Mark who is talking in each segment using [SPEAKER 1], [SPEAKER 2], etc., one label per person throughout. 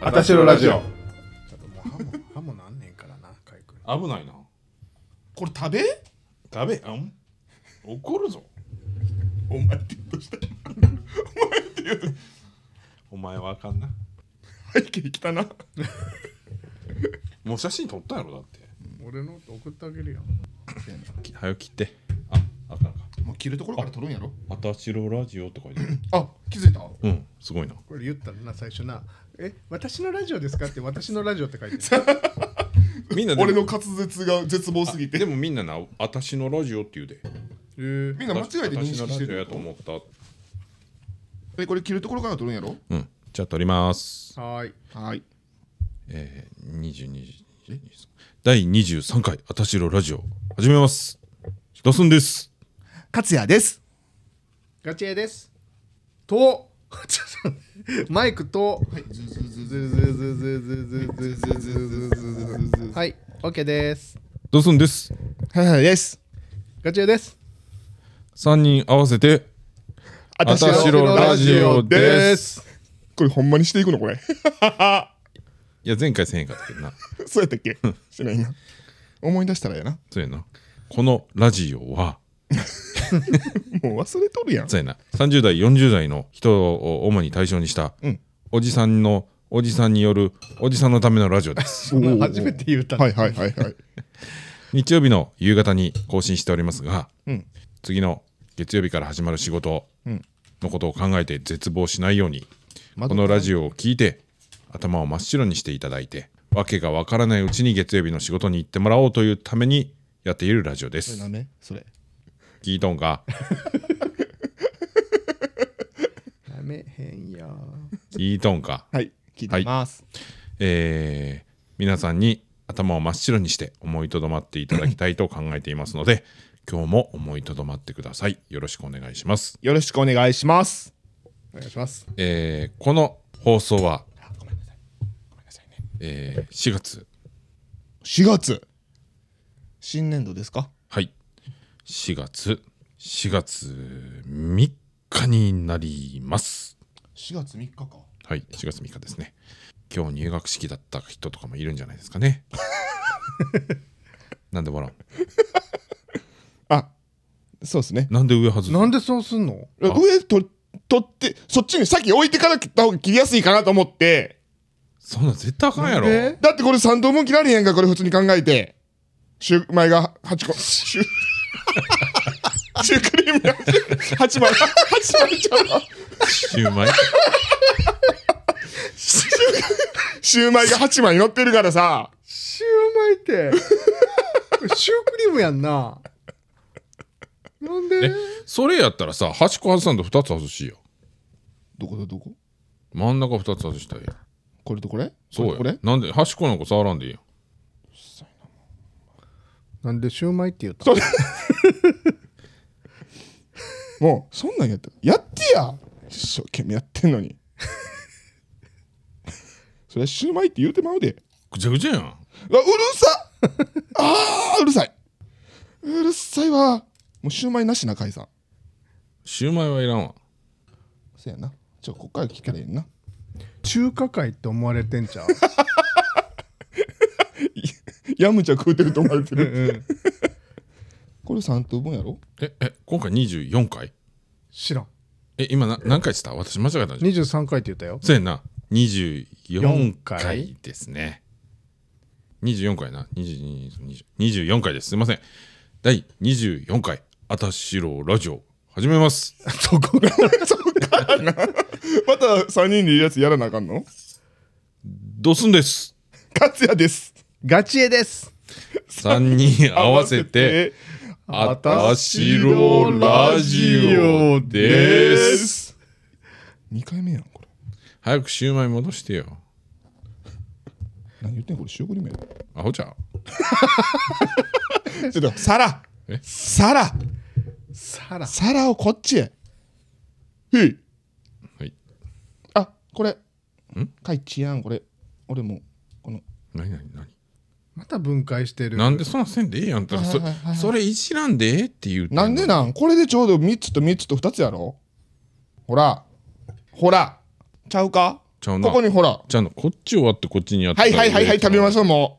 [SPEAKER 1] あたしろラジオ。
[SPEAKER 2] ちょっともう歯も歯もなんねんからな、かいくん。
[SPEAKER 1] 危ないな。これ食べ食べあん怒るぞ。お前って言うとした。お前って言うと。お前はあかんな。
[SPEAKER 3] 背景きたな
[SPEAKER 1] もう写真撮ったやろだって。
[SPEAKER 2] 俺の送ってあげるよ。
[SPEAKER 1] き早く切って。あ、あかんか。
[SPEAKER 3] もう切るところから取るんやろ
[SPEAKER 1] あたしろラジオって書いてある。
[SPEAKER 3] あ気づいた
[SPEAKER 1] うん、すごいな。
[SPEAKER 2] これ言ったらな、最初な。え、私のラジオですかって、私のラジオって書いてる。
[SPEAKER 1] みんなでも
[SPEAKER 3] 俺の滑舌が絶望すぎて
[SPEAKER 1] でもみんなな、あたしのラジオって言うで。
[SPEAKER 2] えー
[SPEAKER 3] みんな間違えて認識
[SPEAKER 1] 私のラ
[SPEAKER 3] して
[SPEAKER 1] ジオや
[SPEAKER 3] る
[SPEAKER 1] と思った。
[SPEAKER 3] えこれ切るところから取るんやろ
[SPEAKER 1] うん。じゃあ撮ります。
[SPEAKER 2] はーい。
[SPEAKER 3] はーい
[SPEAKER 1] えー、22時。第23回、あたしろラジオ、始めます。どすんです。
[SPEAKER 3] 勝也です
[SPEAKER 2] ガチエです。と、 ちょっとマイクと、
[SPEAKER 3] はいズズズズ
[SPEAKER 2] ズズズズズズズズズズズズズ。はい、オッケーです。
[SPEAKER 1] どすんです。
[SPEAKER 3] はいはいです
[SPEAKER 2] ガチエです。
[SPEAKER 1] 3人合わせて、
[SPEAKER 3] あ
[SPEAKER 1] たしろラジオです。
[SPEAKER 3] これほんまにしていくのこれ
[SPEAKER 1] いや、前回せえへんかったけどな。
[SPEAKER 3] そうやったっけしてないな思い出したらやな
[SPEAKER 1] そうやな。このラジオは、
[SPEAKER 3] もう忘れとるやん
[SPEAKER 1] そうやな。30代、40代の人を主に対象にした、
[SPEAKER 3] うん
[SPEAKER 1] おじさんの、おじさんによる、おじさんのためのラジ オです。
[SPEAKER 2] こんなん初めて言うた。
[SPEAKER 3] はいはいはいはい
[SPEAKER 1] 日曜日の夕方に更新しておりますが、
[SPEAKER 3] うん
[SPEAKER 1] 次の月曜日から始まる仕事
[SPEAKER 3] うん
[SPEAKER 1] のことを考えて絶望しないように、
[SPEAKER 3] まだ
[SPEAKER 1] このラジオを聞いて頭を真っ白にしていただいてわけがわからないうちに月曜日の仕事に行ってもらおうというためにやっているラジオで
[SPEAKER 3] それ
[SPEAKER 1] す
[SPEAKER 3] 何ねそれ
[SPEAKER 1] 聞いとんか
[SPEAKER 2] ダメへんや。
[SPEAKER 1] 聞いとんか
[SPEAKER 3] はい聞いてます
[SPEAKER 1] えー皆さんに頭を真っ白にして思いとどまっていただきたいと考えていますの で今日も思いとどまってくださいよろしくお願いします
[SPEAKER 3] よろしくお願いします
[SPEAKER 2] お願いします。
[SPEAKER 1] えーこの放送は、えー4月、
[SPEAKER 3] 4月新年度ですか
[SPEAKER 1] はい、4月、4月3日になります。
[SPEAKER 3] 4月3日か
[SPEAKER 1] はい、4月3日ですね。今日入学式だった人とかもいるんじゃないですか ね。なんで笑
[SPEAKER 3] あそうですね
[SPEAKER 1] うなんで上外す
[SPEAKER 2] なんでそうすんの
[SPEAKER 3] 上と取ってそっちに先置いてから切った方が切りやすいかなと思って
[SPEAKER 1] そんなん絶対あかんやろ。
[SPEAKER 2] なんで
[SPEAKER 3] だってこれ3等分切られへんかこれ普通に考えてシューマイが8個シュ シュークリームが8枚8枚ちゃうわ
[SPEAKER 1] シューマイ。
[SPEAKER 3] シューマイが8枚乗ってるからさ
[SPEAKER 2] シューマイって、これシュークリームやんな。なんで
[SPEAKER 1] え、それやったらさ、端っこ外さんと2つ外しいよ。
[SPEAKER 3] どこだどこ
[SPEAKER 1] 真ん中2つ外したらいいやん。
[SPEAKER 3] これとこれ
[SPEAKER 1] そうよ。なんで端っこなんか触らんでいいやん。
[SPEAKER 2] なんでシューマイって言った
[SPEAKER 3] そもうそんなんやったやってや一生懸命やってんのに それはシューマイって言うてまうで
[SPEAKER 1] ぐちゃぐちゃやん。
[SPEAKER 3] うわうるさあーうるさいうるさいわもうシューマイなしな解散
[SPEAKER 1] シューマイはいらんわ。
[SPEAKER 3] そやなちょこっから聞かれへんな
[SPEAKER 2] 中華街って思われてんちゃう
[SPEAKER 3] ヤムチャ食うてると思われて
[SPEAKER 2] うん
[SPEAKER 3] る
[SPEAKER 2] うん
[SPEAKER 3] これ3等分やろ
[SPEAKER 1] え、え、今回24回
[SPEAKER 2] 知らん。
[SPEAKER 1] え、今な何回した私間違えたんじゃん。
[SPEAKER 2] 23回って言ったよ。
[SPEAKER 1] そうやんな。24
[SPEAKER 2] 4
[SPEAKER 1] 回
[SPEAKER 2] 回
[SPEAKER 1] ですね。24回な。22 20 24回です。すいません。第24回、あたしろラジオ、始めます。
[SPEAKER 2] そこが。
[SPEAKER 3] また3人でいるやつやらなあかんの
[SPEAKER 1] どうすんです。
[SPEAKER 3] 勝也です
[SPEAKER 2] ガチエです。
[SPEAKER 1] 3人合わ せて、あたしろラジオです。
[SPEAKER 3] 2回目やんこれ
[SPEAKER 1] 早くシューマイ戻してよ。
[SPEAKER 3] 何言ってんこれシュークリームやろ
[SPEAKER 1] アホちゃう
[SPEAKER 3] ちょっと皿
[SPEAKER 1] え
[SPEAKER 3] 皿
[SPEAKER 2] さら。
[SPEAKER 3] 皿をこっちへへい
[SPEAKER 1] はい。
[SPEAKER 3] あこれかいちやんこれ俺もこの
[SPEAKER 1] 何何何
[SPEAKER 2] また分解してる。
[SPEAKER 1] なんでそんなせんでええやんたらそ
[SPEAKER 3] はいはいはいはい
[SPEAKER 1] それ一覧でええって言うての
[SPEAKER 3] なんでなんこれでちょうど3つと3つと2つやろほらほらちゃうか
[SPEAKER 1] ちゃうな。
[SPEAKER 4] ここにほら。
[SPEAKER 1] ちゃうの。こっち終わってこっちにやった
[SPEAKER 4] はいはいはいはい、食べま
[SPEAKER 1] し
[SPEAKER 4] しょう、も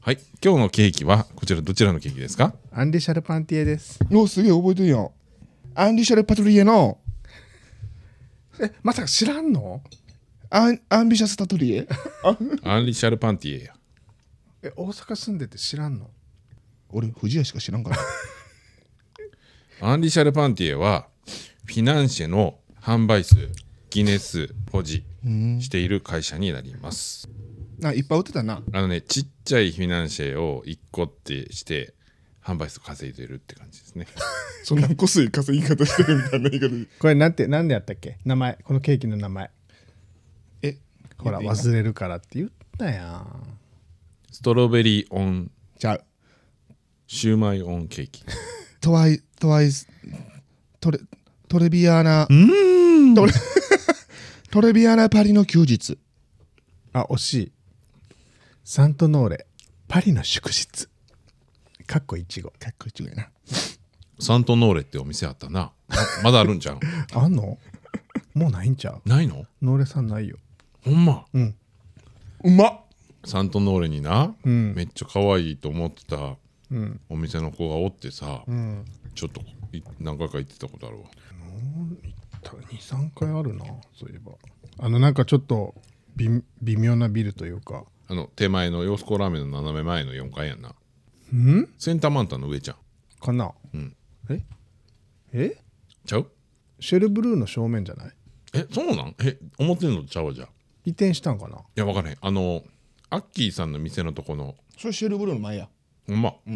[SPEAKER 1] はい。今日のケーキは、こちらどちらのケーキですか
[SPEAKER 2] アンディシャルパンティエです。
[SPEAKER 4] う。おすげえ覚えてるやん。アンディシャルパトリエの
[SPEAKER 2] え、まさか知らんの
[SPEAKER 4] アンアンビシャスタト リエ。あ
[SPEAKER 1] アンリシャルパンティエや。
[SPEAKER 2] え、大阪住んでて知らんの
[SPEAKER 4] 俺、藤屋しか知ら んから。
[SPEAKER 1] アンリシャルパンティエは、フィナンシェの販売数、ギネス、保持している会社になります。
[SPEAKER 4] ないっぱい売ってたな。
[SPEAKER 1] あのね、ちっちゃいフィナンシェを1個ってして、販売数稼いでるって感じですね。
[SPEAKER 4] そんな個数稼ぎ方してるみたいな言い方で。
[SPEAKER 2] これなんて、なんでやったっけ名前。このケーキの名前。
[SPEAKER 4] え、
[SPEAKER 2] ほら、
[SPEAKER 4] 言っていいの
[SPEAKER 2] 忘れるからって言ったやん。
[SPEAKER 1] ストロベリーオン、
[SPEAKER 4] ちゃう。
[SPEAKER 1] シューマイオンケーキ。
[SPEAKER 4] トワイ、トワイス、トレ、トレビアーナ。トレ、 トレビアーナパリの休日。
[SPEAKER 2] あ、惜しい。サントノーレ、パリの祝日。かっこいちご。
[SPEAKER 4] かっこいいな。
[SPEAKER 1] サントノーレってお店あったな。ままだあるんじゃん。
[SPEAKER 2] あんのもうないんちゃう
[SPEAKER 1] ないの
[SPEAKER 2] ノーレさんないよ。
[SPEAKER 1] ほんま。
[SPEAKER 4] うまっ
[SPEAKER 1] サントノーレにな、
[SPEAKER 2] ん
[SPEAKER 1] めっちゃ可愛いと思ってた
[SPEAKER 2] うん。
[SPEAKER 1] お店の子がおってさ、
[SPEAKER 2] うん。
[SPEAKER 1] ちょっとい何回か行ってたことあるわ
[SPEAKER 2] 23回あるなそういえばあのなんかちょっと微微妙なビルというか
[SPEAKER 1] あの手前の洋子ラーメンの斜め前の4階やんなんセンターマンタの上ちゃん
[SPEAKER 2] かな、
[SPEAKER 1] ん
[SPEAKER 2] ええ
[SPEAKER 1] ちゃう
[SPEAKER 2] シェルブルーの正面じゃない
[SPEAKER 1] えそうなんえ思ってんのとちゃうわじゃあい
[SPEAKER 2] 移転したんかな
[SPEAKER 1] や分からへんあのアッキーさんの店のとこの
[SPEAKER 4] それシェルブルーの前や。
[SPEAKER 1] ほんま
[SPEAKER 4] こ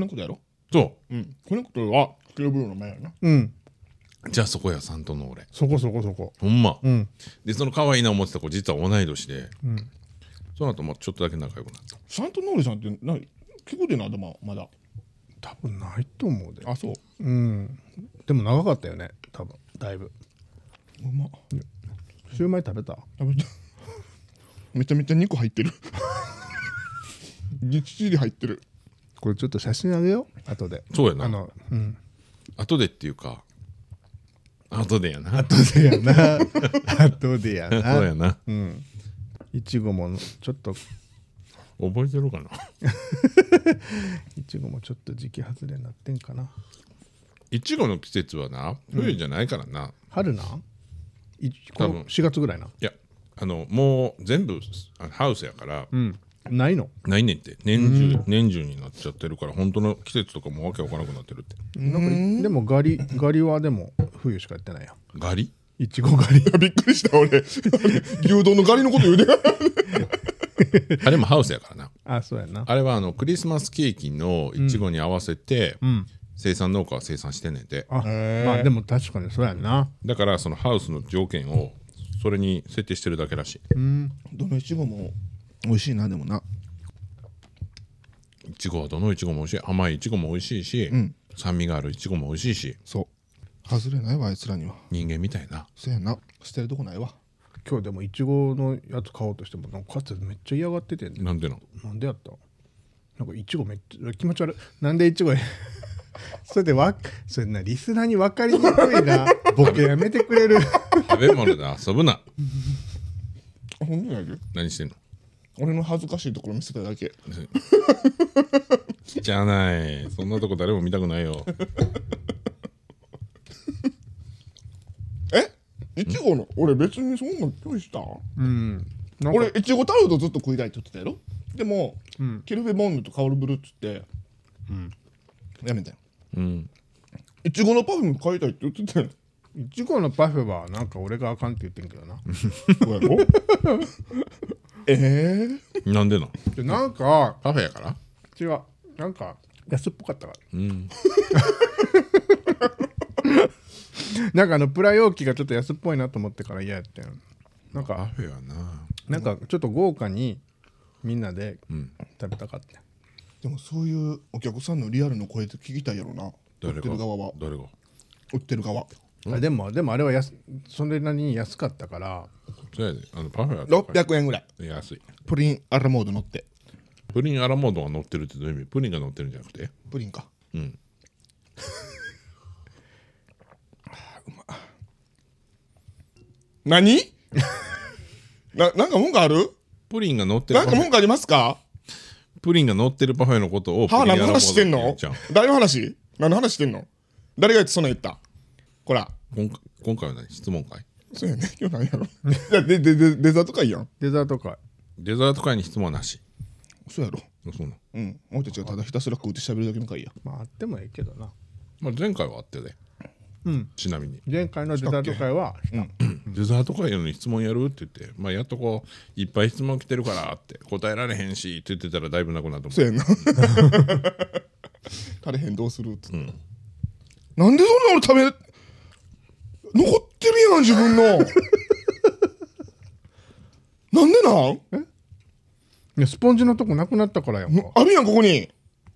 [SPEAKER 4] のことやろ
[SPEAKER 1] そ
[SPEAKER 4] うん。このことはシェルブルーの前やな。
[SPEAKER 2] うん
[SPEAKER 1] うじゃあそこやサントノーレ
[SPEAKER 2] そこそこそこ
[SPEAKER 1] ほんま、
[SPEAKER 2] うん
[SPEAKER 1] でその可愛いな思ってた子実は同い年で、
[SPEAKER 2] ん
[SPEAKER 1] その後もうちょっとだけ仲良くなった
[SPEAKER 4] サントノーレさんってな聞こえてない頭まだ。
[SPEAKER 2] 多分ないと思うで
[SPEAKER 4] あ、そう。
[SPEAKER 2] うんでも長かったよね多分だいぶ
[SPEAKER 4] うまっ。
[SPEAKER 2] シューマイ食べた
[SPEAKER 4] 食べた。めちゃめちゃ肉入ってる。 ぎっちり入ってる。
[SPEAKER 2] これちょっと写真あげよう後で
[SPEAKER 1] そうやな
[SPEAKER 2] あのうん
[SPEAKER 1] 後でっていうか後でやな
[SPEAKER 2] 後でやな 後でやな
[SPEAKER 1] そうやな
[SPEAKER 2] うんいちごもちょっと
[SPEAKER 1] 覚えてるかない
[SPEAKER 2] ちごもちょっと時期外れになってんかない
[SPEAKER 1] ちごの季節はな冬じゃないからな、い
[SPEAKER 2] 春ないこ
[SPEAKER 1] 多分
[SPEAKER 2] の4月ぐらいな
[SPEAKER 1] やあのもう全部あのハウスやから、
[SPEAKER 2] うんないの
[SPEAKER 1] ないねんって年中、年中になっちゃってるから本当の季節とかもわけわからなくなってるって
[SPEAKER 2] なんかでもガリガリはでも冬しかやってないや
[SPEAKER 1] ガリ
[SPEAKER 2] いちごガリ
[SPEAKER 4] びっくりした、俺。牛丼のガリのこと言うて。
[SPEAKER 1] あれもハウスやからな
[SPEAKER 2] あそうやな
[SPEAKER 1] あれはあのクリスマスケーキのいちごに合わせて、
[SPEAKER 2] ん
[SPEAKER 1] 生産農家は生産してんねんて
[SPEAKER 2] あまあでも確かにそうやな
[SPEAKER 1] だからそのハウスの条件をそれに設定してるだけらしい
[SPEAKER 4] どのいちごも美味しいな、でもな。
[SPEAKER 1] いちごはどのいちごも美味しい甘いいちごも美味しいし、酸味があるいちごも美味しいし
[SPEAKER 4] そう。外れないわ、あいつらには。
[SPEAKER 1] 人間みたいな
[SPEAKER 4] そやな。捨てるとこないわ。
[SPEAKER 2] 今日でもいちごのやつ買おうとしてもなんかかつてめっちゃ嫌がっててんね
[SPEAKER 1] なんでなの
[SPEAKER 2] なんでやったなんかいちごめっちゃ気持ち悪いなんでいちご それでわそれなリスナーに分かりにくい なボケやめてくれ る
[SPEAKER 1] 食べ物で遊ぶな
[SPEAKER 4] あ、ほんまやで。
[SPEAKER 1] 何してんの
[SPEAKER 4] 俺の恥ずかしいところ見せただけ。
[SPEAKER 1] じゃないそんなとこ誰も見たくないよ
[SPEAKER 4] えいちごの俺別にそんな拒否した
[SPEAKER 2] うんなんか
[SPEAKER 4] 俺いちごタルトずっと食いたいって言ってたやろでも、キルフェボンヌとカオルブルーっつって、やめたよ
[SPEAKER 1] うん
[SPEAKER 4] いちごのパフェも買いたいって言って たよ
[SPEAKER 2] いちごのパフェはなんか俺があかんって言ってんけどな
[SPEAKER 4] そうやろええ
[SPEAKER 1] なんでなの
[SPEAKER 2] でなんか
[SPEAKER 1] パフェやから
[SPEAKER 2] 違うなんか安っぽかったから
[SPEAKER 1] うん
[SPEAKER 2] なんかあのプラ容器がちょっと安っぽいなと思ってから嫌やったよなん
[SPEAKER 1] パ
[SPEAKER 2] か
[SPEAKER 1] フェやな
[SPEAKER 2] なんかちょっと豪華にみんなで食べたかった、
[SPEAKER 4] でもそういうお客さんのリアルの声って聞きたいやろな売
[SPEAKER 1] 誰
[SPEAKER 4] って
[SPEAKER 1] が
[SPEAKER 4] る側は
[SPEAKER 1] 誰が
[SPEAKER 4] 売ってる側
[SPEAKER 2] あでもでもあれは安それなりに安かったから
[SPEAKER 1] そやであのパフェやったら
[SPEAKER 4] 600円ぐらい
[SPEAKER 1] 安い
[SPEAKER 4] プリンアラモード乗って
[SPEAKER 1] プリンアラモードが乗ってるってどういう意味プリンが乗ってるんじゃなくて
[SPEAKER 4] プリンか
[SPEAKER 1] うん
[SPEAKER 4] 何ななんか文句ある
[SPEAKER 1] プリンが乗ってる
[SPEAKER 4] なん
[SPEAKER 1] パ
[SPEAKER 4] か
[SPEAKER 1] フェ
[SPEAKER 4] 文句ありますか
[SPEAKER 1] プリンが乗ってるパフェのことをプリン
[SPEAKER 4] は
[SPEAKER 1] アラ
[SPEAKER 4] 何
[SPEAKER 1] モード
[SPEAKER 4] の
[SPEAKER 1] っ
[SPEAKER 4] 話してん
[SPEAKER 1] 言
[SPEAKER 4] の
[SPEAKER 1] うじゃん
[SPEAKER 4] 誰の話何の話してんの誰が言ってそんなん言ったこら。
[SPEAKER 1] 今回今回は何質問会
[SPEAKER 4] そうやね。今日何やろ い やでででデザートかいいやん。
[SPEAKER 2] デザートか
[SPEAKER 1] デザート会に質問はなし
[SPEAKER 4] そうやろ。
[SPEAKER 1] そうなん
[SPEAKER 4] うん。俺たちがただひたすら食うて喋るだけの会や。
[SPEAKER 2] まああってもいいけどな
[SPEAKER 1] まあ、前回はあったよね
[SPEAKER 2] うん
[SPEAKER 1] ちなみに
[SPEAKER 2] 前回のデザート会は
[SPEAKER 1] デザート会やのに質問やるって言って、まあ、やっとこういっぱい質問来てるからって答えられへんしって言ってたらだいぶなくなったもん
[SPEAKER 4] そうや んな。足れへんどうするっつって、なんでそんな俺食べ、残ってるやん、自 分の。なんでなん
[SPEAKER 2] いやスポンジのとこなくなったからやんか
[SPEAKER 4] あるやん、ここに。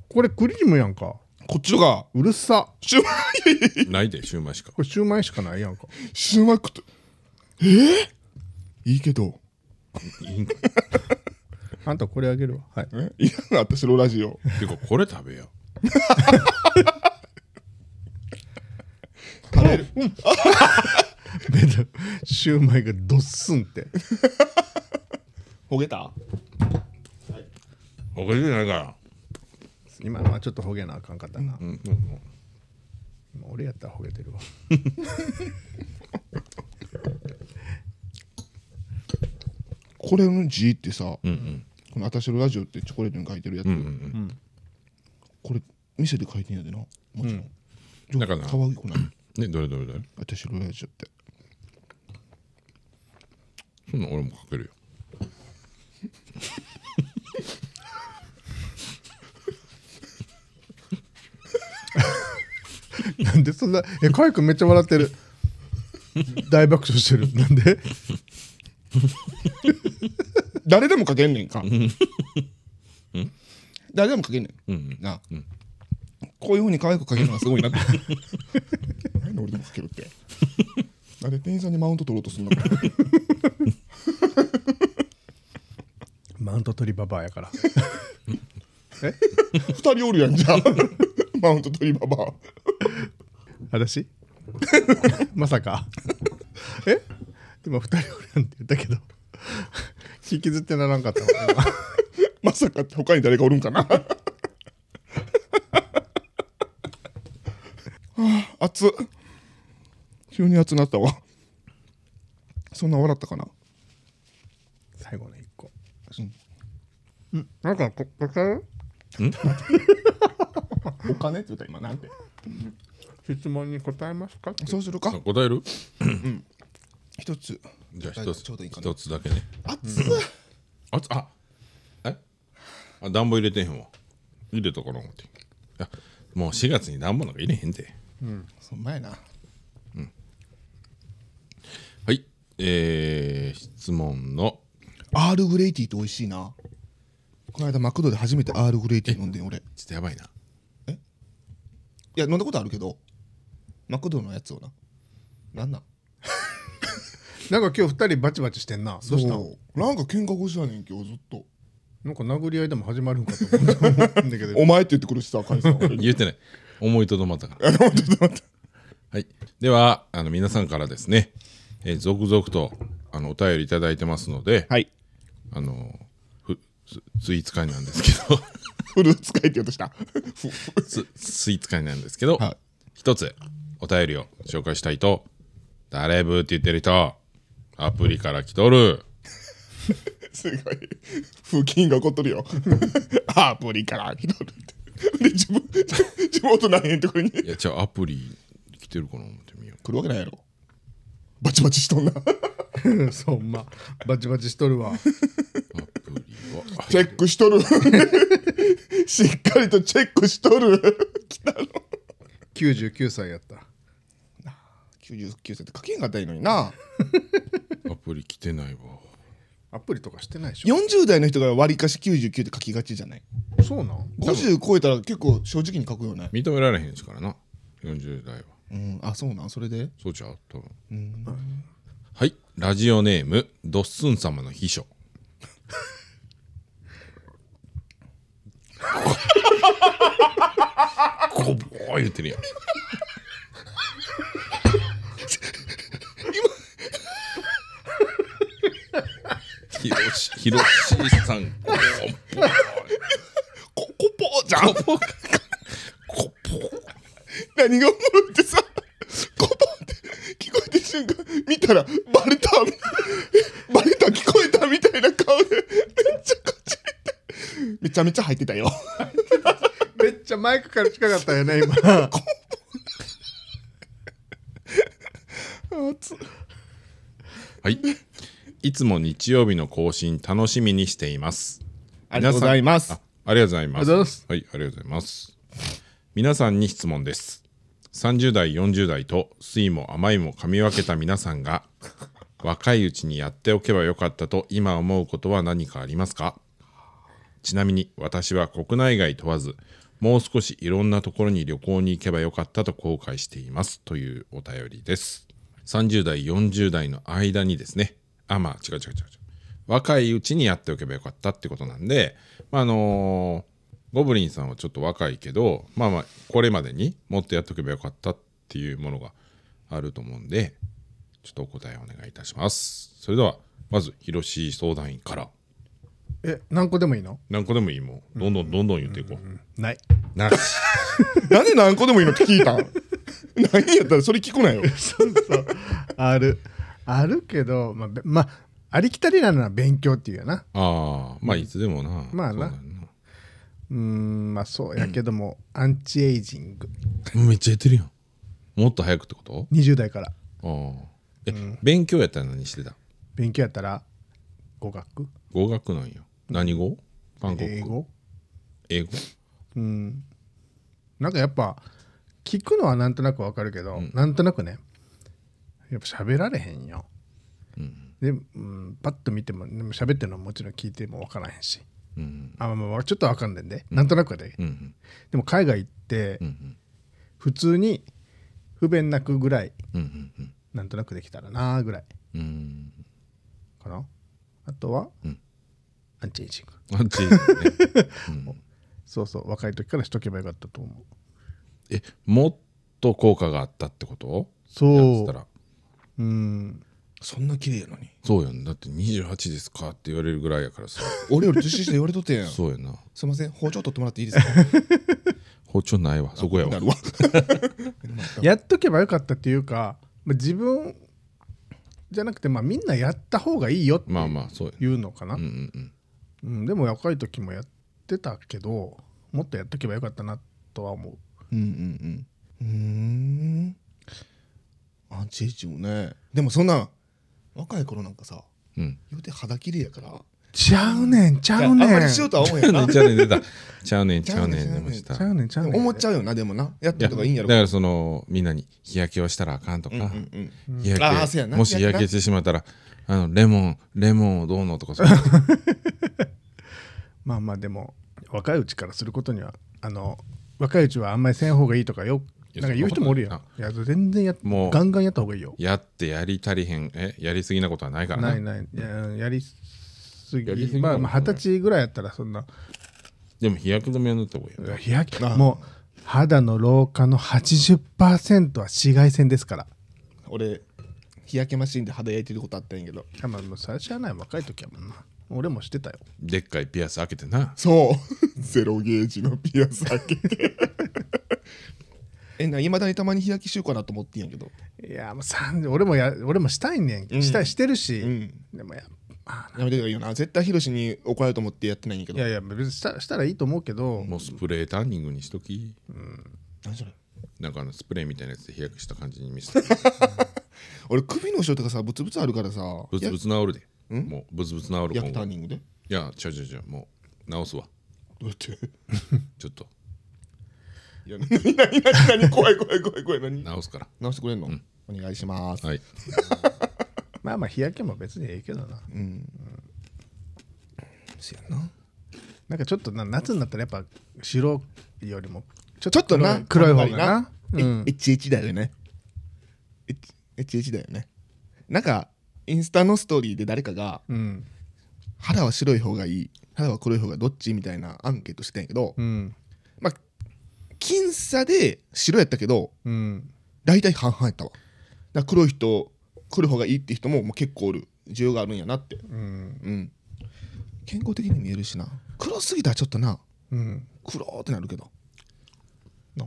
[SPEAKER 2] これクリームやんか
[SPEAKER 4] こっちとか。
[SPEAKER 2] うるさ
[SPEAKER 4] シューマイ、いやいや いや
[SPEAKER 1] ないでシューマイしか
[SPEAKER 2] これシューマイしかないやんか
[SPEAKER 4] シューマイ食って。えーいいけど。
[SPEAKER 1] いいんか
[SPEAKER 2] あんたこれあげるわはい
[SPEAKER 4] えいらんな、私のラジオ。
[SPEAKER 1] てかこれ食べや
[SPEAKER 4] 食べる。
[SPEAKER 2] 出たシューマイがドッスンって
[SPEAKER 4] ほげた
[SPEAKER 1] おかしいないから
[SPEAKER 2] 今のはちょっとほげなあかんかったな、
[SPEAKER 1] うんうんうん
[SPEAKER 2] 今俺やったらほげてるわ
[SPEAKER 4] これの字ってさ、
[SPEAKER 1] うん
[SPEAKER 4] この私のラジオってチョコレートに書いてるやつ、
[SPEAKER 1] うんうん
[SPEAKER 4] これ店で書いてんやでなもちろん、
[SPEAKER 1] うんだから
[SPEAKER 4] 可愛くない
[SPEAKER 1] ねどれどれどれ
[SPEAKER 4] 私のラジオって
[SPEAKER 1] そんなん俺もかけるよ
[SPEAKER 2] なんでそんなえかいくんめっちゃ笑ってる大爆笑してるなんで
[SPEAKER 4] 誰でも書けんねんか誰でも書けんねん、なあ、こういうふうに可愛く書けるのはすごいなって 何で俺でも書けるってなんで店員さんにマウント取ろうとすんのか
[SPEAKER 2] マウント取りババアやからえ
[SPEAKER 4] 二人おるやん じゃあマウント取りババア
[SPEAKER 2] 私 まさかえ今二人おるやんって言ったけど引きずってならんかったわ
[SPEAKER 4] まさかって他に誰かおるんかな はあ熱っ急に熱なったわそんな笑ったかな
[SPEAKER 2] 最後の一個うんなんかここから
[SPEAKER 4] お金って言った今なんて
[SPEAKER 2] 質問に答えますか
[SPEAKER 4] そうする
[SPEAKER 1] あ
[SPEAKER 4] か
[SPEAKER 1] 答える
[SPEAKER 4] 一つ
[SPEAKER 1] じゃあ一つ
[SPEAKER 4] ちょうどいいかな
[SPEAKER 1] 一つだけね
[SPEAKER 4] 熱っ
[SPEAKER 1] あつあえあ暖房入れてへんわ入れたから思っていやもう4月に暖房なんか入れへんで
[SPEAKER 4] そんまやな
[SPEAKER 1] はいえー、質問の
[SPEAKER 4] アールグレイティーって美味しいなこの間マクドで初めてアールグレイティー飲んでん俺い
[SPEAKER 1] ちょっとやばいな
[SPEAKER 4] や飲んだことあるけどマクドのやつをななんなん
[SPEAKER 2] なんか今日二人バチバチしてんなどうしたん
[SPEAKER 4] そうなんか喧嘩腰やねん今日ずっと
[SPEAKER 2] なんか殴り合いでも始まるんかと思ったんだけど
[SPEAKER 4] お前って言ってくるしさ解散
[SPEAKER 1] 言えてない思いとどまった からはいではあの皆さんからですね、えー続々とあのお便りいただいてますので、
[SPEAKER 4] はい
[SPEAKER 1] あのふススイーツ会なんですけど
[SPEAKER 4] フルーツ会って言おうとした。
[SPEAKER 1] ススイーツ会なんですけど、
[SPEAKER 4] はい
[SPEAKER 1] 一つお便りを紹介したいと「誰ブーって言ってる人アプリから来とる
[SPEAKER 4] すごい。風紀委員が怒っとるよ。アプリから来とるって。で、自分、地元何円とこに来
[SPEAKER 1] いやじゃあアプリ来てるかな思ってみよう
[SPEAKER 4] るわけないやろ。バチバチしとんな。
[SPEAKER 2] うん そうほんまバチバチしとるわ
[SPEAKER 1] アプリは
[SPEAKER 4] チェックしとる。 しっかりとチェックしとる。来たの。
[SPEAKER 2] 99歳やった
[SPEAKER 4] 99歳って書けんかったらいいのにな。
[SPEAKER 1] アプリ来てないわ
[SPEAKER 2] アプリとかしてないでしょ
[SPEAKER 4] 40代の人が割りかし99って書きがちじゃない
[SPEAKER 2] そうなん
[SPEAKER 4] 50超えたら結構正直に書くよね。
[SPEAKER 1] 認められへんしからな40代は
[SPEAKER 4] うん、あ、そうなん、それで。
[SPEAKER 1] そうちゃう多分はいラジオネームドッスン様の秘書こぼー言ってるやんしひろしさんこぽ
[SPEAKER 4] ここぽーじゃん
[SPEAKER 1] こぽこ
[SPEAKER 4] 何がおもろいってさこぽって聞こえてる瞬間見たらバレたえバレた聞こえたみたいな顔でめっちゃこっち見てめちゃめちゃ入ってたよ
[SPEAKER 2] めっちゃマイクから近かったよね今
[SPEAKER 1] はいいつも日曜日の更新楽しみにしています
[SPEAKER 4] ありがとうございます
[SPEAKER 1] 皆さんあありがとうございます
[SPEAKER 2] ありがとうございます
[SPEAKER 1] はいありがとうございます皆さんに質問です30代40代と酸いも甘いも噛み分けた皆さんが若いうちにやっておけばよかったと今思うことは何かありますかちなみに私は国内外問わずもう少しいろんなところに旅行に行けばよかったと後悔していますというお便りです30代40代の間にですねあまあ違う違う違う違う若いうちにやっておけばよかったってことなんで、まあ、あのーゴブリンさんはちょっと若いけどまあまあこれまでにもっとやっておけばよかったっていうものがあると思うんでちょっとお答えお願いいたしますそれではまず広志相談員から
[SPEAKER 2] え何個でもいいの
[SPEAKER 1] 何個でもいいもんどんどんどんどん言っていこう、
[SPEAKER 2] ない
[SPEAKER 1] なし
[SPEAKER 4] なんで何個でもいいのって聞いたん何やったらそれ聞くなよ
[SPEAKER 2] そうそうあるあるけど、まあ、べまあありきたりなのは勉強っていうよな
[SPEAKER 1] ああまあいつでもな
[SPEAKER 2] まあな
[SPEAKER 1] そう
[SPEAKER 2] うーんまあそうやけども、アンチエイジング
[SPEAKER 1] だよなめっちゃやってるやんもっと早くってこと
[SPEAKER 2] 20代から
[SPEAKER 1] ああえ、勉強やったら何してた
[SPEAKER 2] 勉強やったら語学
[SPEAKER 1] 語学なんよ何語韓国
[SPEAKER 2] 英語
[SPEAKER 1] 英語
[SPEAKER 2] うんなんかやっぱ聞くのはなんとなくわかるけど、なんとなくねやっぱ喋られへんよ、で、うん、パッと見てもでも喋ってるのはもちろん聞いてもわからへんし
[SPEAKER 1] うん
[SPEAKER 2] あまあまあちょっとわかんねんで、なんとなくで、
[SPEAKER 1] うんうん
[SPEAKER 2] でも海外行って、普通に不便なくぐらい
[SPEAKER 1] うんうんうん
[SPEAKER 2] なんとなくできたらなーぐらい
[SPEAKER 1] うん
[SPEAKER 2] かなあとは、
[SPEAKER 1] うん
[SPEAKER 2] アンチエイジング
[SPEAKER 1] あっちいいね
[SPEAKER 2] そうそう若い時からしとけばよかったと思う
[SPEAKER 1] えもっと効果があったってことやって
[SPEAKER 2] そ
[SPEAKER 1] た
[SPEAKER 2] う
[SPEAKER 1] ら
[SPEAKER 2] うん
[SPEAKER 4] そんな綺麗やのに
[SPEAKER 1] そうやんだって28ですかって言われるぐらいやから さ
[SPEAKER 4] 俺より年下言われとってやんす
[SPEAKER 1] そうやな
[SPEAKER 4] みません包丁取ってもらっていいですか
[SPEAKER 1] 包丁ないわそこやわ
[SPEAKER 4] なるわ
[SPEAKER 2] やっとけばよかったっていうか、まあ、自分じゃなくて、まあ、みんなやった方がいいよって
[SPEAKER 1] まあまあそうや
[SPEAKER 2] い
[SPEAKER 1] ね
[SPEAKER 2] うのかな、
[SPEAKER 1] うんうんうん
[SPEAKER 2] うんでも若い時もやってたけどもっとやっとけばよかったなとは思う
[SPEAKER 4] うんうんうんうーんアンチエイジもねでもそんな若い頃なんかさ
[SPEAKER 1] うん
[SPEAKER 4] 言うて肌綺麗やから
[SPEAKER 2] ちゃうねんちゃう
[SPEAKER 4] いや
[SPEAKER 2] ね
[SPEAKER 4] あんまり
[SPEAKER 2] ん
[SPEAKER 4] し
[SPEAKER 2] ち
[SPEAKER 4] よ
[SPEAKER 2] ゃ
[SPEAKER 4] うとは 思うやんな
[SPEAKER 1] ちゃうねん出た。ちゃうねんちゃうねん
[SPEAKER 4] ちゃう
[SPEAKER 1] 出
[SPEAKER 4] ねん
[SPEAKER 1] ました。
[SPEAKER 2] うねん ちゃうねん
[SPEAKER 4] 思っちゃうよなでもなやって
[SPEAKER 1] いや
[SPEAKER 4] るとかいいんやろ
[SPEAKER 1] だからそのみんなに日焼けをしたらあかんとか、
[SPEAKER 4] うん
[SPEAKER 1] 日焼け
[SPEAKER 4] あーそうやな
[SPEAKER 1] もし日焼けしてしまったらあのレモンレモンをどうのとか そういうの
[SPEAKER 2] まあまあでも若いうちからすることにはあの若いうちはあんまりせん方がいいとかよ
[SPEAKER 1] いや
[SPEAKER 2] なんか言う人もおるやん
[SPEAKER 1] そん
[SPEAKER 2] いや全然や
[SPEAKER 1] もう
[SPEAKER 2] ガンガンやった方がいいよ
[SPEAKER 1] やってやり足りへんえやりすぎなことはないからね
[SPEAKER 2] ないないいややりすぎ
[SPEAKER 1] やりすぎ
[SPEAKER 2] まあまあ二十歳ぐらいやったらそんな
[SPEAKER 1] でも日焼け止めは塗った方がいいよ
[SPEAKER 2] 日焼けもう肌の老化の80%は紫外線ですから
[SPEAKER 4] 俺日焼けマシンで肌焼いてることあったんやけど
[SPEAKER 2] あまあもう最初はない若い時はもんな俺もしてたよ
[SPEAKER 1] でっかいピアス開けてな
[SPEAKER 4] そう ゼロゲージのピアス開けて えないまだにたまに日焼けしようかなと思ってんやけど
[SPEAKER 2] いやもう30俺もや俺もしたいねん、したいしてるし、
[SPEAKER 4] ん
[SPEAKER 2] でもやまあ
[SPEAKER 4] やめてくれよな絶対ヒロシに怒られると思ってやってないんやけ
[SPEAKER 2] い
[SPEAKER 4] ど
[SPEAKER 2] やいや別にしたしたらいいと思うけど、
[SPEAKER 1] もうスプレータンニングにしとき
[SPEAKER 4] 何それ
[SPEAKER 1] なんかあのスプレーみたいなやつで日焼けした感じに見せ て
[SPEAKER 4] 俺首の後ろとかさブツブツあるからさ
[SPEAKER 1] ブツブツ治るでもうブツブツ治る
[SPEAKER 4] や焼
[SPEAKER 1] 今
[SPEAKER 4] くター
[SPEAKER 1] 後
[SPEAKER 4] ニングで
[SPEAKER 1] いや違う違う違うもう治すわ
[SPEAKER 4] どうやって
[SPEAKER 1] ちょっと
[SPEAKER 4] いや何何何何怖い怖い怖い怖い何
[SPEAKER 1] 治すから
[SPEAKER 4] 直してくれんの、お願いします、
[SPEAKER 1] はい
[SPEAKER 2] まあまあ日焼けも別にええけどな、
[SPEAKER 4] せやな
[SPEAKER 2] なんかちょっとな夏になったらやっぱ白よりもちょっ
[SPEAKER 4] ちょっと
[SPEAKER 2] 黒い
[SPEAKER 4] な
[SPEAKER 2] 黒い方がな
[SPEAKER 4] え HH だよね H- HH だよねなんかインスタのストーリーで誰かが
[SPEAKER 2] うん
[SPEAKER 4] 肌は白い方がいい肌は黒い方がどっちみたいなアンケートしてたんやけど、
[SPEAKER 2] うん
[SPEAKER 4] まあ僅差で白やったけど
[SPEAKER 2] うん
[SPEAKER 4] 大体半々やったわだから黒い人黒い方がいいって人ももう結構おる需要があるんやなって
[SPEAKER 2] うん
[SPEAKER 4] うん健康的に見えるしな黒すぎたらちょっとな
[SPEAKER 2] うん
[SPEAKER 4] 黒ーってなるけどな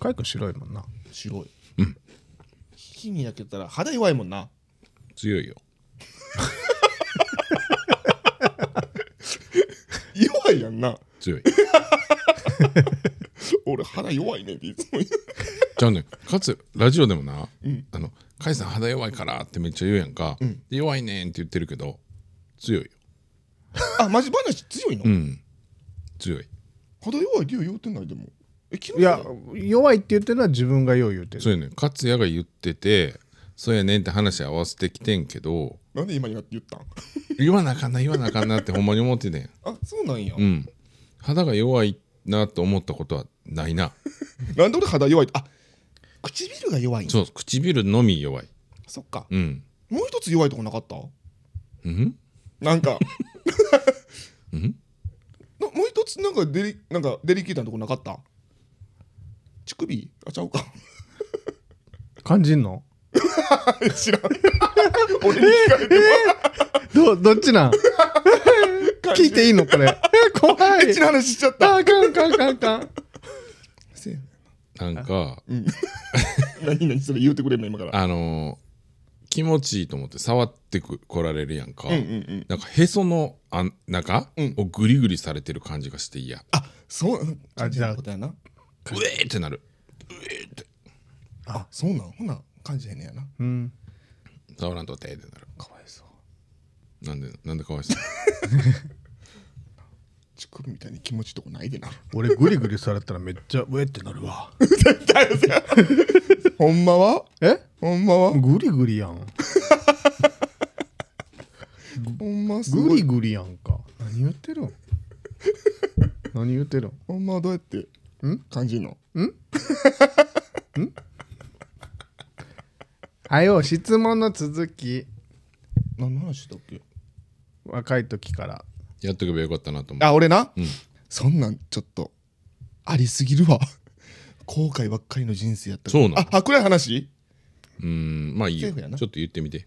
[SPEAKER 2] かいくん白いもんな
[SPEAKER 4] 白いうん火に焼けたら肌弱いもんな
[SPEAKER 1] 強いよ
[SPEAKER 4] 弱いやんな
[SPEAKER 1] 強い
[SPEAKER 4] 俺肌弱いねっていつも言う
[SPEAKER 1] じゃあねかつラジオでもな「あの甲斐さん肌弱いから」ってめっちゃ言うやんか「で弱いねん」って言ってるけど強いよ
[SPEAKER 4] あマジ話強いの、
[SPEAKER 1] うん強い
[SPEAKER 4] 肌弱い理由言うてないでもえ昨日
[SPEAKER 2] いや弱いって言ってるのは自分がよう言うてる
[SPEAKER 1] そうやねん勝也が言ってて「そうやねん」って話合わせてきてんけど
[SPEAKER 4] なんで今になって言ったん
[SPEAKER 1] 言わなあかんな言わなあかんなって ほんまに思っててん
[SPEAKER 4] あそうなんや、
[SPEAKER 1] うん肌が弱いなと思ったことはないな
[SPEAKER 4] なんで俺肌弱いあ唇が弱いんそ
[SPEAKER 1] そう唇のみ弱い
[SPEAKER 4] っか
[SPEAKER 1] うん
[SPEAKER 4] もう一つ弱いとこなかった
[SPEAKER 1] うん
[SPEAKER 4] なん か
[SPEAKER 1] ん
[SPEAKER 4] なもう一つなんかデリなんかデリケートなとこなかった乳首あちゃうか
[SPEAKER 2] 感じんの
[SPEAKER 4] 知らん俺に聞かれて
[SPEAKER 2] どどっちなん聞いていいのこれ怖い
[SPEAKER 4] エッチな話しちゃっ
[SPEAKER 2] あ
[SPEAKER 4] た
[SPEAKER 2] あかんあかんあかんあかん
[SPEAKER 4] せやね
[SPEAKER 1] なんか
[SPEAKER 4] ん何何それ言うてくれんの今から
[SPEAKER 1] あのー気持ちいいと思って触ってく来られるやんか、
[SPEAKER 4] うんうんうん
[SPEAKER 1] なんかへそのあん中
[SPEAKER 4] うん
[SPEAKER 1] をグリグリされてる感じがして嫌、
[SPEAKER 4] あそう
[SPEAKER 2] あじゃあ
[SPEAKER 4] ことやな
[SPEAKER 1] うえーってなる
[SPEAKER 4] あそうなんほな感じへんねやな
[SPEAKER 2] うん
[SPEAKER 1] 触らんとってってなる
[SPEAKER 4] かわいそう
[SPEAKER 1] なんでなんでかわいそう
[SPEAKER 4] 乳首みたいに気持ちいいとこないでな
[SPEAKER 2] 俺グリグリされたらめっちゃウえってなるわ
[SPEAKER 4] ほんまは
[SPEAKER 2] え
[SPEAKER 4] ほんまは
[SPEAKER 2] グリグリやん
[SPEAKER 4] ほんますごい
[SPEAKER 2] グリグリやんか何言ってるん何言ってるん
[SPEAKER 4] ほんまはどうやって
[SPEAKER 2] ん
[SPEAKER 4] 感じんの
[SPEAKER 2] はよ質問の続き
[SPEAKER 4] 何の話したっけ
[SPEAKER 2] 若い時から
[SPEAKER 1] やっとけばよかったなと思う
[SPEAKER 4] あ俺な、そんなんちょっとありすぎるわ 後悔ばっかりの人生やったから
[SPEAKER 1] そうなの
[SPEAKER 4] あ暗い話
[SPEAKER 1] うーんまあいい
[SPEAKER 4] セ
[SPEAKER 1] よ
[SPEAKER 4] ー
[SPEAKER 1] ち
[SPEAKER 4] フ
[SPEAKER 1] ょ
[SPEAKER 4] や
[SPEAKER 1] っ
[SPEAKER 4] な
[SPEAKER 1] と言ってみて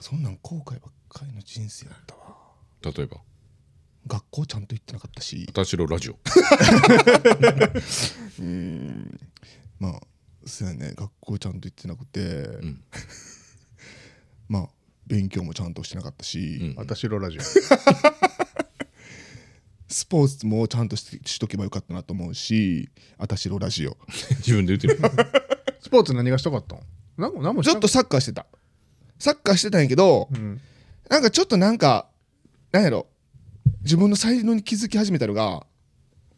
[SPEAKER 4] そんなん後悔ばっかりの人生やったわ
[SPEAKER 1] 例えば
[SPEAKER 4] 学校ちゃんと行ってなかったし
[SPEAKER 1] 私のラジオ
[SPEAKER 4] まあそうやね学校ちゃんと行ってなくて、
[SPEAKER 1] ん
[SPEAKER 4] まあ勉強もちゃんとしてなかったし、
[SPEAKER 1] うん
[SPEAKER 2] 私のラジオ
[SPEAKER 4] スポーツもちゃんとししとけばよかったなと思うし私のラジ オ
[SPEAKER 1] 自分で言ってる
[SPEAKER 2] スポーツ何がしたかったんなんか何もし
[SPEAKER 4] ち
[SPEAKER 2] た
[SPEAKER 4] ょっとサッカーしてたサッカーしてたんやけど、
[SPEAKER 2] うん
[SPEAKER 4] なんかちょっとなんかなんやろ自分の才能に気づき始めたのが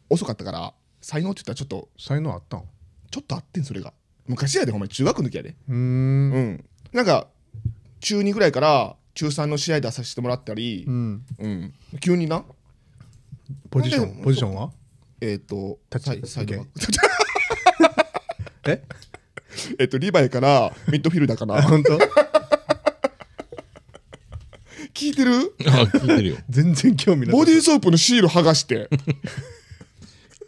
[SPEAKER 4] 遅かったから才能って言ったらちょっと
[SPEAKER 2] 才能あったん
[SPEAKER 4] ちょっとあってんそれが昔やでお前中学の時やで
[SPEAKER 2] うー
[SPEAKER 4] うんんなんか中2ぐらいから中3の試合出させてもらったり
[SPEAKER 2] う、ん
[SPEAKER 4] うん急にな
[SPEAKER 2] ポジショ
[SPEAKER 4] なん
[SPEAKER 2] ン
[SPEAKER 4] で
[SPEAKER 2] ポジションは
[SPEAKER 4] えっ、と
[SPEAKER 2] 立ち
[SPEAKER 4] サイサイドバッ ク
[SPEAKER 2] え
[SPEAKER 4] えっとリバイからミッドフィルダーか
[SPEAKER 2] あ
[SPEAKER 4] な
[SPEAKER 2] 本当
[SPEAKER 4] 聞いてる
[SPEAKER 1] あ聞いてるよ
[SPEAKER 2] 全然興味ない
[SPEAKER 4] ボディーソープのシール剥がして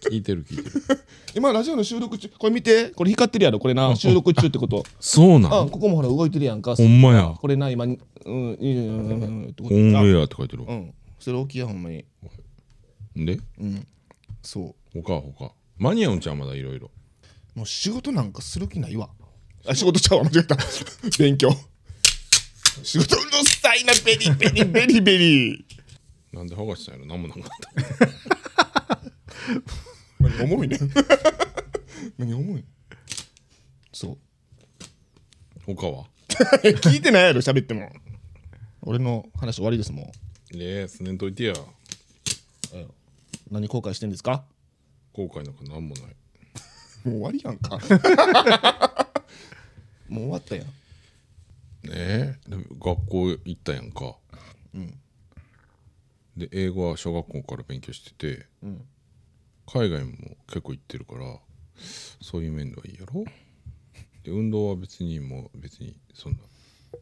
[SPEAKER 1] 聞いてる聞いてる
[SPEAKER 4] 今ラジオの収録中これ見てこれ光ってるやろこれな収録中ってこと
[SPEAKER 1] そうな
[SPEAKER 4] あ
[SPEAKER 1] の
[SPEAKER 4] ここもほら動いてるやんか
[SPEAKER 1] ほんまや
[SPEAKER 4] これな今にうんいいよいいよいいよいいよ
[SPEAKER 1] オンエアって書いてる
[SPEAKER 4] あうんそれ大きいやほんまに
[SPEAKER 1] で
[SPEAKER 4] そう
[SPEAKER 1] 他は他間に合うんちゃうまだいろいろ
[SPEAKER 4] もう仕事なんかする気ないわあ仕事ちゃうわ間違えた勉強仕事うるさいなベリベリベリベリ
[SPEAKER 1] なんで剥がしたんやろ何もなかった
[SPEAKER 4] 何重いね何重いそう
[SPEAKER 1] 他は
[SPEAKER 4] 聞いてないやろ喋っても俺の話終わりですもん
[SPEAKER 1] ねえすねんといてや
[SPEAKER 4] 何後悔してんですか
[SPEAKER 1] 後悔なんか何もない
[SPEAKER 4] もう終わりやんかもう終わったやん
[SPEAKER 1] ねえでも学校行ったやんかで英語は小学校から勉強してて、
[SPEAKER 4] ん
[SPEAKER 1] 海外も結構行ってるからそういう面ではいいやろで運動は別にもう別にそんな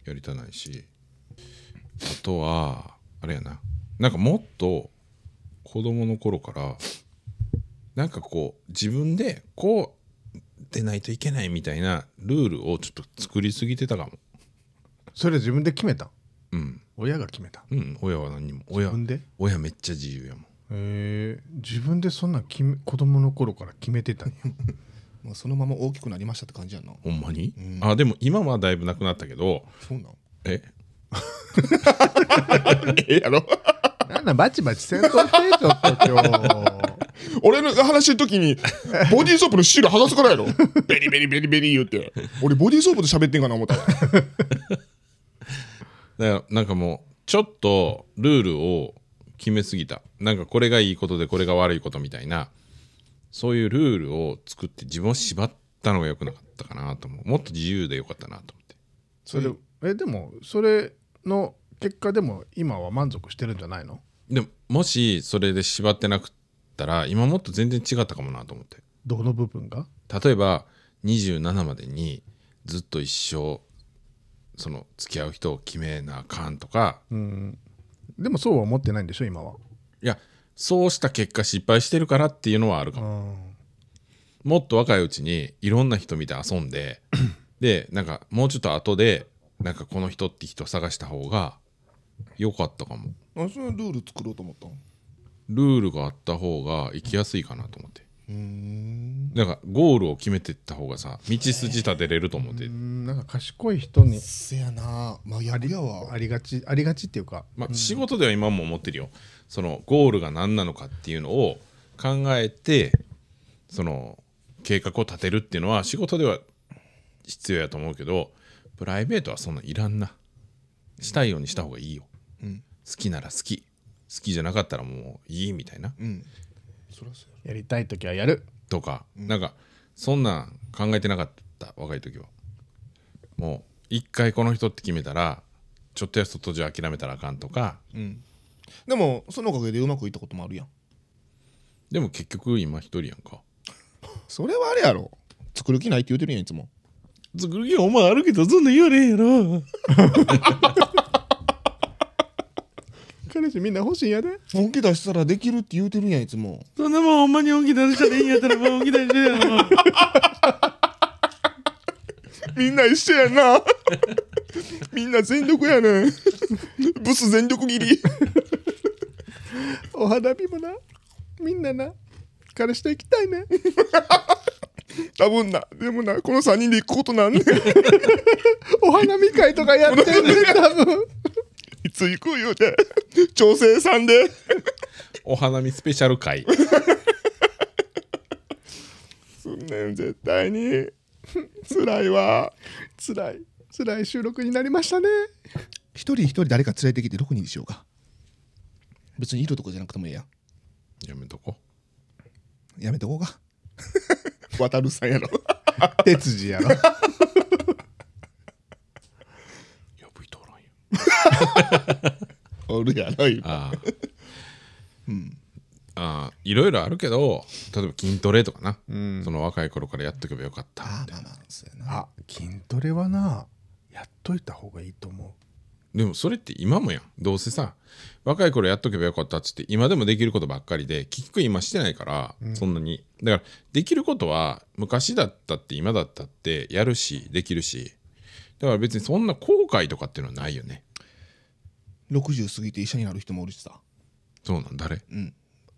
[SPEAKER 1] やりたないしあとはあれやななんかもっと子供の頃からなんかこう自分でこう出ないといけないみたいなルールをちょっと作りすぎてたかも
[SPEAKER 2] それ自分で決めた
[SPEAKER 1] うん
[SPEAKER 2] 親が決めた
[SPEAKER 1] うん親は何にも親
[SPEAKER 2] 自分で
[SPEAKER 1] 親めっちゃ自由やもん
[SPEAKER 2] えー、自分でそんなん決め子供の頃から決めてたんや
[SPEAKER 4] まあ、そのまま大きくなりましたって感じやな
[SPEAKER 1] ほんまに、
[SPEAKER 4] うん
[SPEAKER 1] あでも今はだいぶなくなったけど
[SPEAKER 4] そうなん
[SPEAKER 1] え
[SPEAKER 4] ええやろ
[SPEAKER 2] なんなんバチバチせんとってちょっと今日
[SPEAKER 4] 俺の話の時 にボディーソープのシール剥がすからやろベリベリベリベリ言うて俺ボディーソープで喋ってんかな思ったわ
[SPEAKER 1] だからなんかもうちょっとルールを決めすぎたなんかこれがいいことでこれが悪いことみたいなそういうルールを作って自分を縛ったのが良くなかったかなと思うもっと自由で良かったなと思って
[SPEAKER 2] それえでもそれの結果でも今は満足してるんじゃないの
[SPEAKER 1] でももしそれで縛ってなくったら今もっと全然違ったかもなと思って
[SPEAKER 2] どの部分が
[SPEAKER 1] 例えば27までにずっと一生その付き合う人を決めなあかんとか
[SPEAKER 2] うんでもそうは思ってないんでしょ今はい
[SPEAKER 1] やそうした結果失敗してるからっていうのはあるかも
[SPEAKER 2] うん
[SPEAKER 1] もっと若いうちにいろんな人見て遊ん ででなんかもうちょっと後でなんかこの人って人探した方が良かったかも
[SPEAKER 4] あそのルール作ろうと思ったの
[SPEAKER 1] ルールがあった方が生きやすいかなと思って
[SPEAKER 4] うーん
[SPEAKER 1] なんかゴールを決めてった方がさ道筋立てれると思っ
[SPEAKER 2] う
[SPEAKER 1] て、
[SPEAKER 2] んなんか賢い人に
[SPEAKER 4] せやなまあやりやわ
[SPEAKER 2] ありがちありがちっていうか
[SPEAKER 1] まあ、仕事では今も思ってるよそのゴールが何なのかっていうのを考えてその計画を立てるっていうのは仕事では必要やと思うけどプライベートはそんなんいらんなしたいようにした方がいいよ
[SPEAKER 4] うん
[SPEAKER 1] 好きなら好き好きじゃなかったらもういいみたいな
[SPEAKER 4] うんそりゃそうや
[SPEAKER 2] やりたい時はやる
[SPEAKER 1] とか、なんかそんなん考えてなかった若い時はもう一回この人って決めたらちょっとやそっとじゃ諦めたらあかんとか
[SPEAKER 4] うんでもそのおかげでうまくいったこともあるやん
[SPEAKER 1] でも結局今一人やんか
[SPEAKER 4] それはあれやろ作る気ないって言うてるやんいつも
[SPEAKER 1] 作る気はお前あるけどそんな言われへんやろ
[SPEAKER 2] 彼氏みんな欲しいんやで
[SPEAKER 4] 本気出したらできるって言うてるやんいつも
[SPEAKER 1] そんなもんほんまに本気出したらいいんやったら本気出してやろ
[SPEAKER 4] みんな一緒やなみんな全力やねんブス全力切り
[SPEAKER 2] お花見もなみんなな彼氏と行きたいね
[SPEAKER 4] 多分なでもなこの3人で行くことなんねん
[SPEAKER 2] お花見会とかやってるね多分
[SPEAKER 4] いつ行く言うて調整さんで
[SPEAKER 1] お花見スペシャル会
[SPEAKER 4] そんなん絶対に辛いわ
[SPEAKER 2] 辛い辛い収録になりましたね
[SPEAKER 4] 一人一人誰か連れてきてどこにしようか別にいるとこじゃなくてもええやん
[SPEAKER 1] やめとこ
[SPEAKER 4] やめとこうか渡るさんやろ
[SPEAKER 2] 鉄次やろ
[SPEAKER 1] 呼ぶ人おらんよ
[SPEAKER 4] おるやろいっぱい
[SPEAKER 1] ああああいろいろあるけど例えば筋トレとかな、その若い頃からやっとけばよかった
[SPEAKER 4] ああまあまあそうやな
[SPEAKER 2] あ筋トレはなやっといた方がいいと思
[SPEAKER 1] でもそれって今もやんどうせさ若い頃やっとけばよかったっつって今でもできることばっかりで結局今してないから、そんなにだからできることは昔だったって今だったってやるしできるしだから別にそんな後悔とかっていうのはないよね
[SPEAKER 4] 60過ぎて医者になる人もおるしさ
[SPEAKER 1] そうなん誰
[SPEAKER 4] うん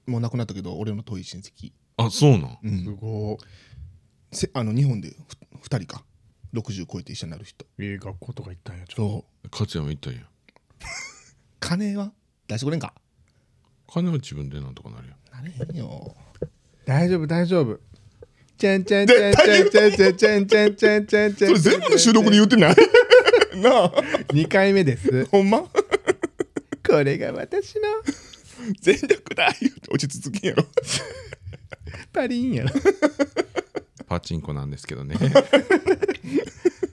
[SPEAKER 4] もう亡くなったけど俺の遠い親戚
[SPEAKER 1] あそうなん、
[SPEAKER 2] う、すご
[SPEAKER 4] せあの日本で2人か60超えて医者になる人
[SPEAKER 2] いいい学校とか行ったんやちょっ
[SPEAKER 4] そう
[SPEAKER 1] 勝也も言ったんや
[SPEAKER 4] 金は出してくれんか
[SPEAKER 1] 金は自分でなんとかなるよ
[SPEAKER 4] なれへんよ
[SPEAKER 2] と大丈夫大丈夫チェンチェンチェンチェンチェンチェンチェンチェンチェンチェンチェン
[SPEAKER 4] それ全部の収録で言ってないなあ
[SPEAKER 2] 2回目です
[SPEAKER 4] ほんま
[SPEAKER 2] これが私の
[SPEAKER 4] 全力だ言うて落ち着きんやろ
[SPEAKER 2] パリンやろ
[SPEAKER 1] パチンコなんですけどね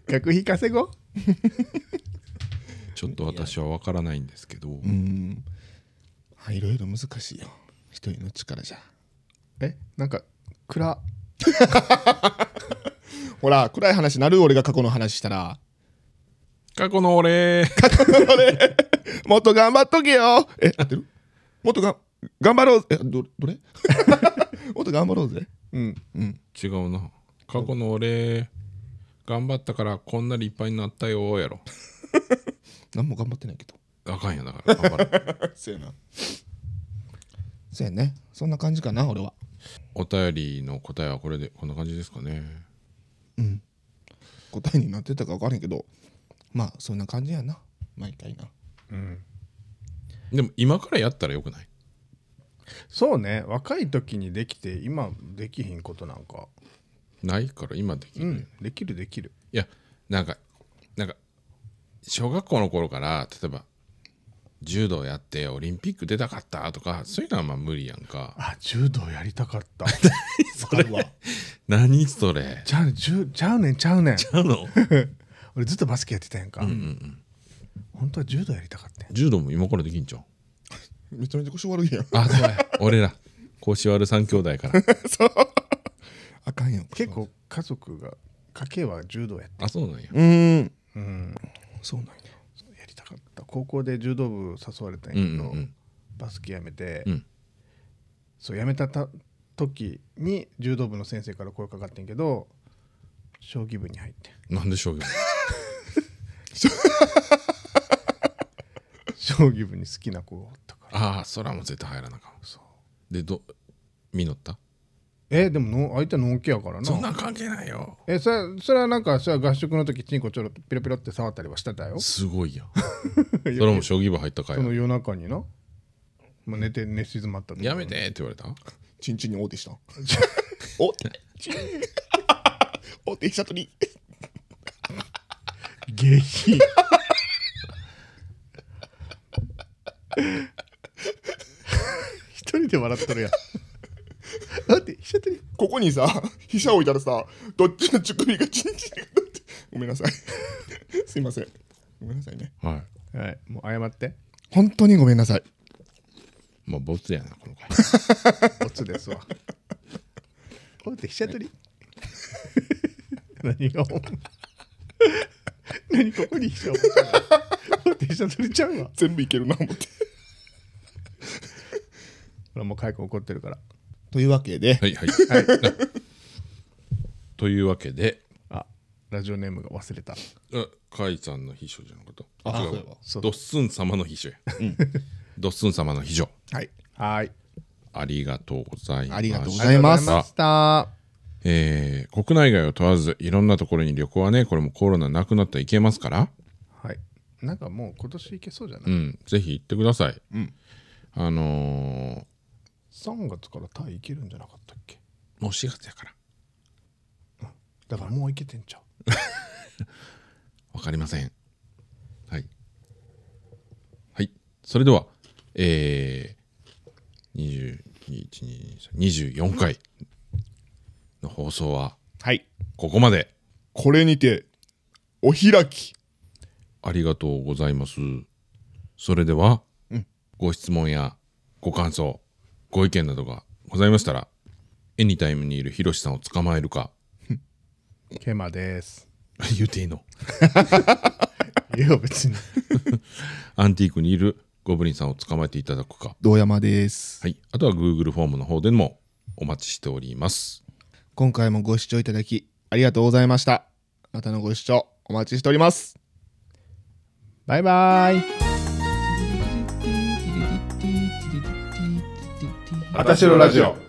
[SPEAKER 2] 学費稼ごう
[SPEAKER 1] ちょっと私は分からないんですけど、
[SPEAKER 4] うんあいろいろ難しいよ一人の力じゃ
[SPEAKER 2] えなんか暗
[SPEAKER 4] ほら暗い話なる俺が過去の話したら
[SPEAKER 1] 過去の俺
[SPEAKER 4] もっと頑張っとけよえ合ってるもっとが頑張ろうぜえどどれ もっと頑張ろうぜ
[SPEAKER 2] うん
[SPEAKER 4] うん
[SPEAKER 1] 違うな過去の俺頑張ったからこんな立派になったよやろ
[SPEAKER 3] 何も頑張ってないけど
[SPEAKER 1] あかんやだから頑張る
[SPEAKER 4] そうやな
[SPEAKER 3] そうやねそんな感じかな俺は
[SPEAKER 1] お便りの答えはこれでこんな感じですかね
[SPEAKER 3] 答えになってたか分からへんけどまあそんな感じやな毎回な
[SPEAKER 1] でも今からやったらよくない
[SPEAKER 2] そうね若い時にできて今できひんことなんか
[SPEAKER 1] ないから今でき
[SPEAKER 2] う
[SPEAKER 1] る、
[SPEAKER 2] んできるできる
[SPEAKER 1] いやなんかなんか小学校の頃から例えば柔道やってオリンピック出たかったとかそういうのはまあ無理やん か
[SPEAKER 2] あ柔道やりたかった
[SPEAKER 3] それは
[SPEAKER 1] 何そ れ
[SPEAKER 2] ちゃうじゅちゃうねんちゃうねん
[SPEAKER 1] あの
[SPEAKER 2] 俺ずっとバスケやってたやんか、本当は柔道やりたかったやん
[SPEAKER 1] 柔道も今からできんじゃん
[SPEAKER 3] めちゃめちゃ腰悪いやん
[SPEAKER 1] あそうや俺ら腰割る三兄弟から
[SPEAKER 3] あかんよ
[SPEAKER 2] 結構家族が家計は柔道やって
[SPEAKER 1] あそうなんや
[SPEAKER 3] うーん
[SPEAKER 2] うん
[SPEAKER 3] そうなんや
[SPEAKER 2] やりたかった高校で柔道部誘われたんやけど、
[SPEAKER 1] うんうんうん
[SPEAKER 2] バスケやめて、
[SPEAKER 1] うん
[SPEAKER 2] そうやめたた時に柔道部の先生から声かかってんけど将棋部に入ってん
[SPEAKER 1] なんでしょうけど
[SPEAKER 2] 将棋部に好きな子がおったから
[SPEAKER 1] ああ空も絶対入らなかも
[SPEAKER 2] そう
[SPEAKER 1] でど実った
[SPEAKER 2] えでもの相手のんきやからな
[SPEAKER 1] そんなん関係ないよ
[SPEAKER 2] えそれそれはなんかそれは合宿の時チンコちょろっとピロピロって触ったりはしてたよ
[SPEAKER 1] すごいやん
[SPEAKER 2] そ
[SPEAKER 1] それも将棋部入ったか
[SPEAKER 2] その
[SPEAKER 1] い
[SPEAKER 2] 夜中にな、まあ、寝て寝静まった時
[SPEAKER 1] やめてって言われた
[SPEAKER 3] ちんちんに大手したん
[SPEAKER 4] おてちんおてしたとり
[SPEAKER 2] 下 品一人で笑っとる やんだって一緒に
[SPEAKER 4] ここにさ飛車置いたらさどっちの 乳首がチンチンかどっちごめんなさい すいませんごめんなさいね
[SPEAKER 1] はい
[SPEAKER 2] はいもう謝って
[SPEAKER 3] 本当にごめんなさい
[SPEAKER 1] まあボツやなこの 回
[SPEAKER 2] オツですわこうやって飛車取り 何がお前何ここに飛車を置いたのこうやって飛車取りちゃうわ
[SPEAKER 4] 全部いけるな思って
[SPEAKER 2] 俺もうカイコ怒ってるから
[SPEAKER 3] というわけで
[SPEAKER 1] はいはい、 というわけで
[SPEAKER 2] あラジオネームが忘れた
[SPEAKER 1] あカイさんの秘書じゃなかった
[SPEAKER 3] あ
[SPEAKER 1] 違
[SPEAKER 3] そうやわ
[SPEAKER 2] そう
[SPEAKER 1] ドッスン様の秘書や、ドッスン様の秘書
[SPEAKER 3] はい
[SPEAKER 2] はい
[SPEAKER 1] ありがとうございました
[SPEAKER 3] ありがとうございます
[SPEAKER 2] ありがとうございました
[SPEAKER 1] えー国内外を問わずいろんなところに旅行はねこれもコロナなくなったら行けますから、
[SPEAKER 2] はい。なんかもう今年いけそうじゃな
[SPEAKER 1] う
[SPEAKER 2] い、
[SPEAKER 1] ん、ぜひ行ってください、あの
[SPEAKER 2] ?3 月からタイ行けるんじゃなかったっけ
[SPEAKER 1] ーもう4月やから
[SPEAKER 2] だからもう行けてんちゃう。
[SPEAKER 1] わかりませんはいはいそれではえー、2224回の放送は
[SPEAKER 4] はい
[SPEAKER 1] ここまで
[SPEAKER 4] これにてお開き
[SPEAKER 1] ありがとうございます。それでは、ご質問やご感想、ご意見などがございましたら、エニタイムにいるヒロシさんを捕まえるか、
[SPEAKER 2] ケマです。
[SPEAKER 1] 言うていいの
[SPEAKER 2] いや別に。
[SPEAKER 1] アンティークにいるゴブリンさんを捕まえていただくか、
[SPEAKER 3] 堂山です
[SPEAKER 1] はい、あとは Google フォームの方でもお待ちしております。
[SPEAKER 3] 今回もご視聴いただきありがとうございましたまたのご視聴お待ちしております
[SPEAKER 2] バイバイ。
[SPEAKER 4] 私のラジオ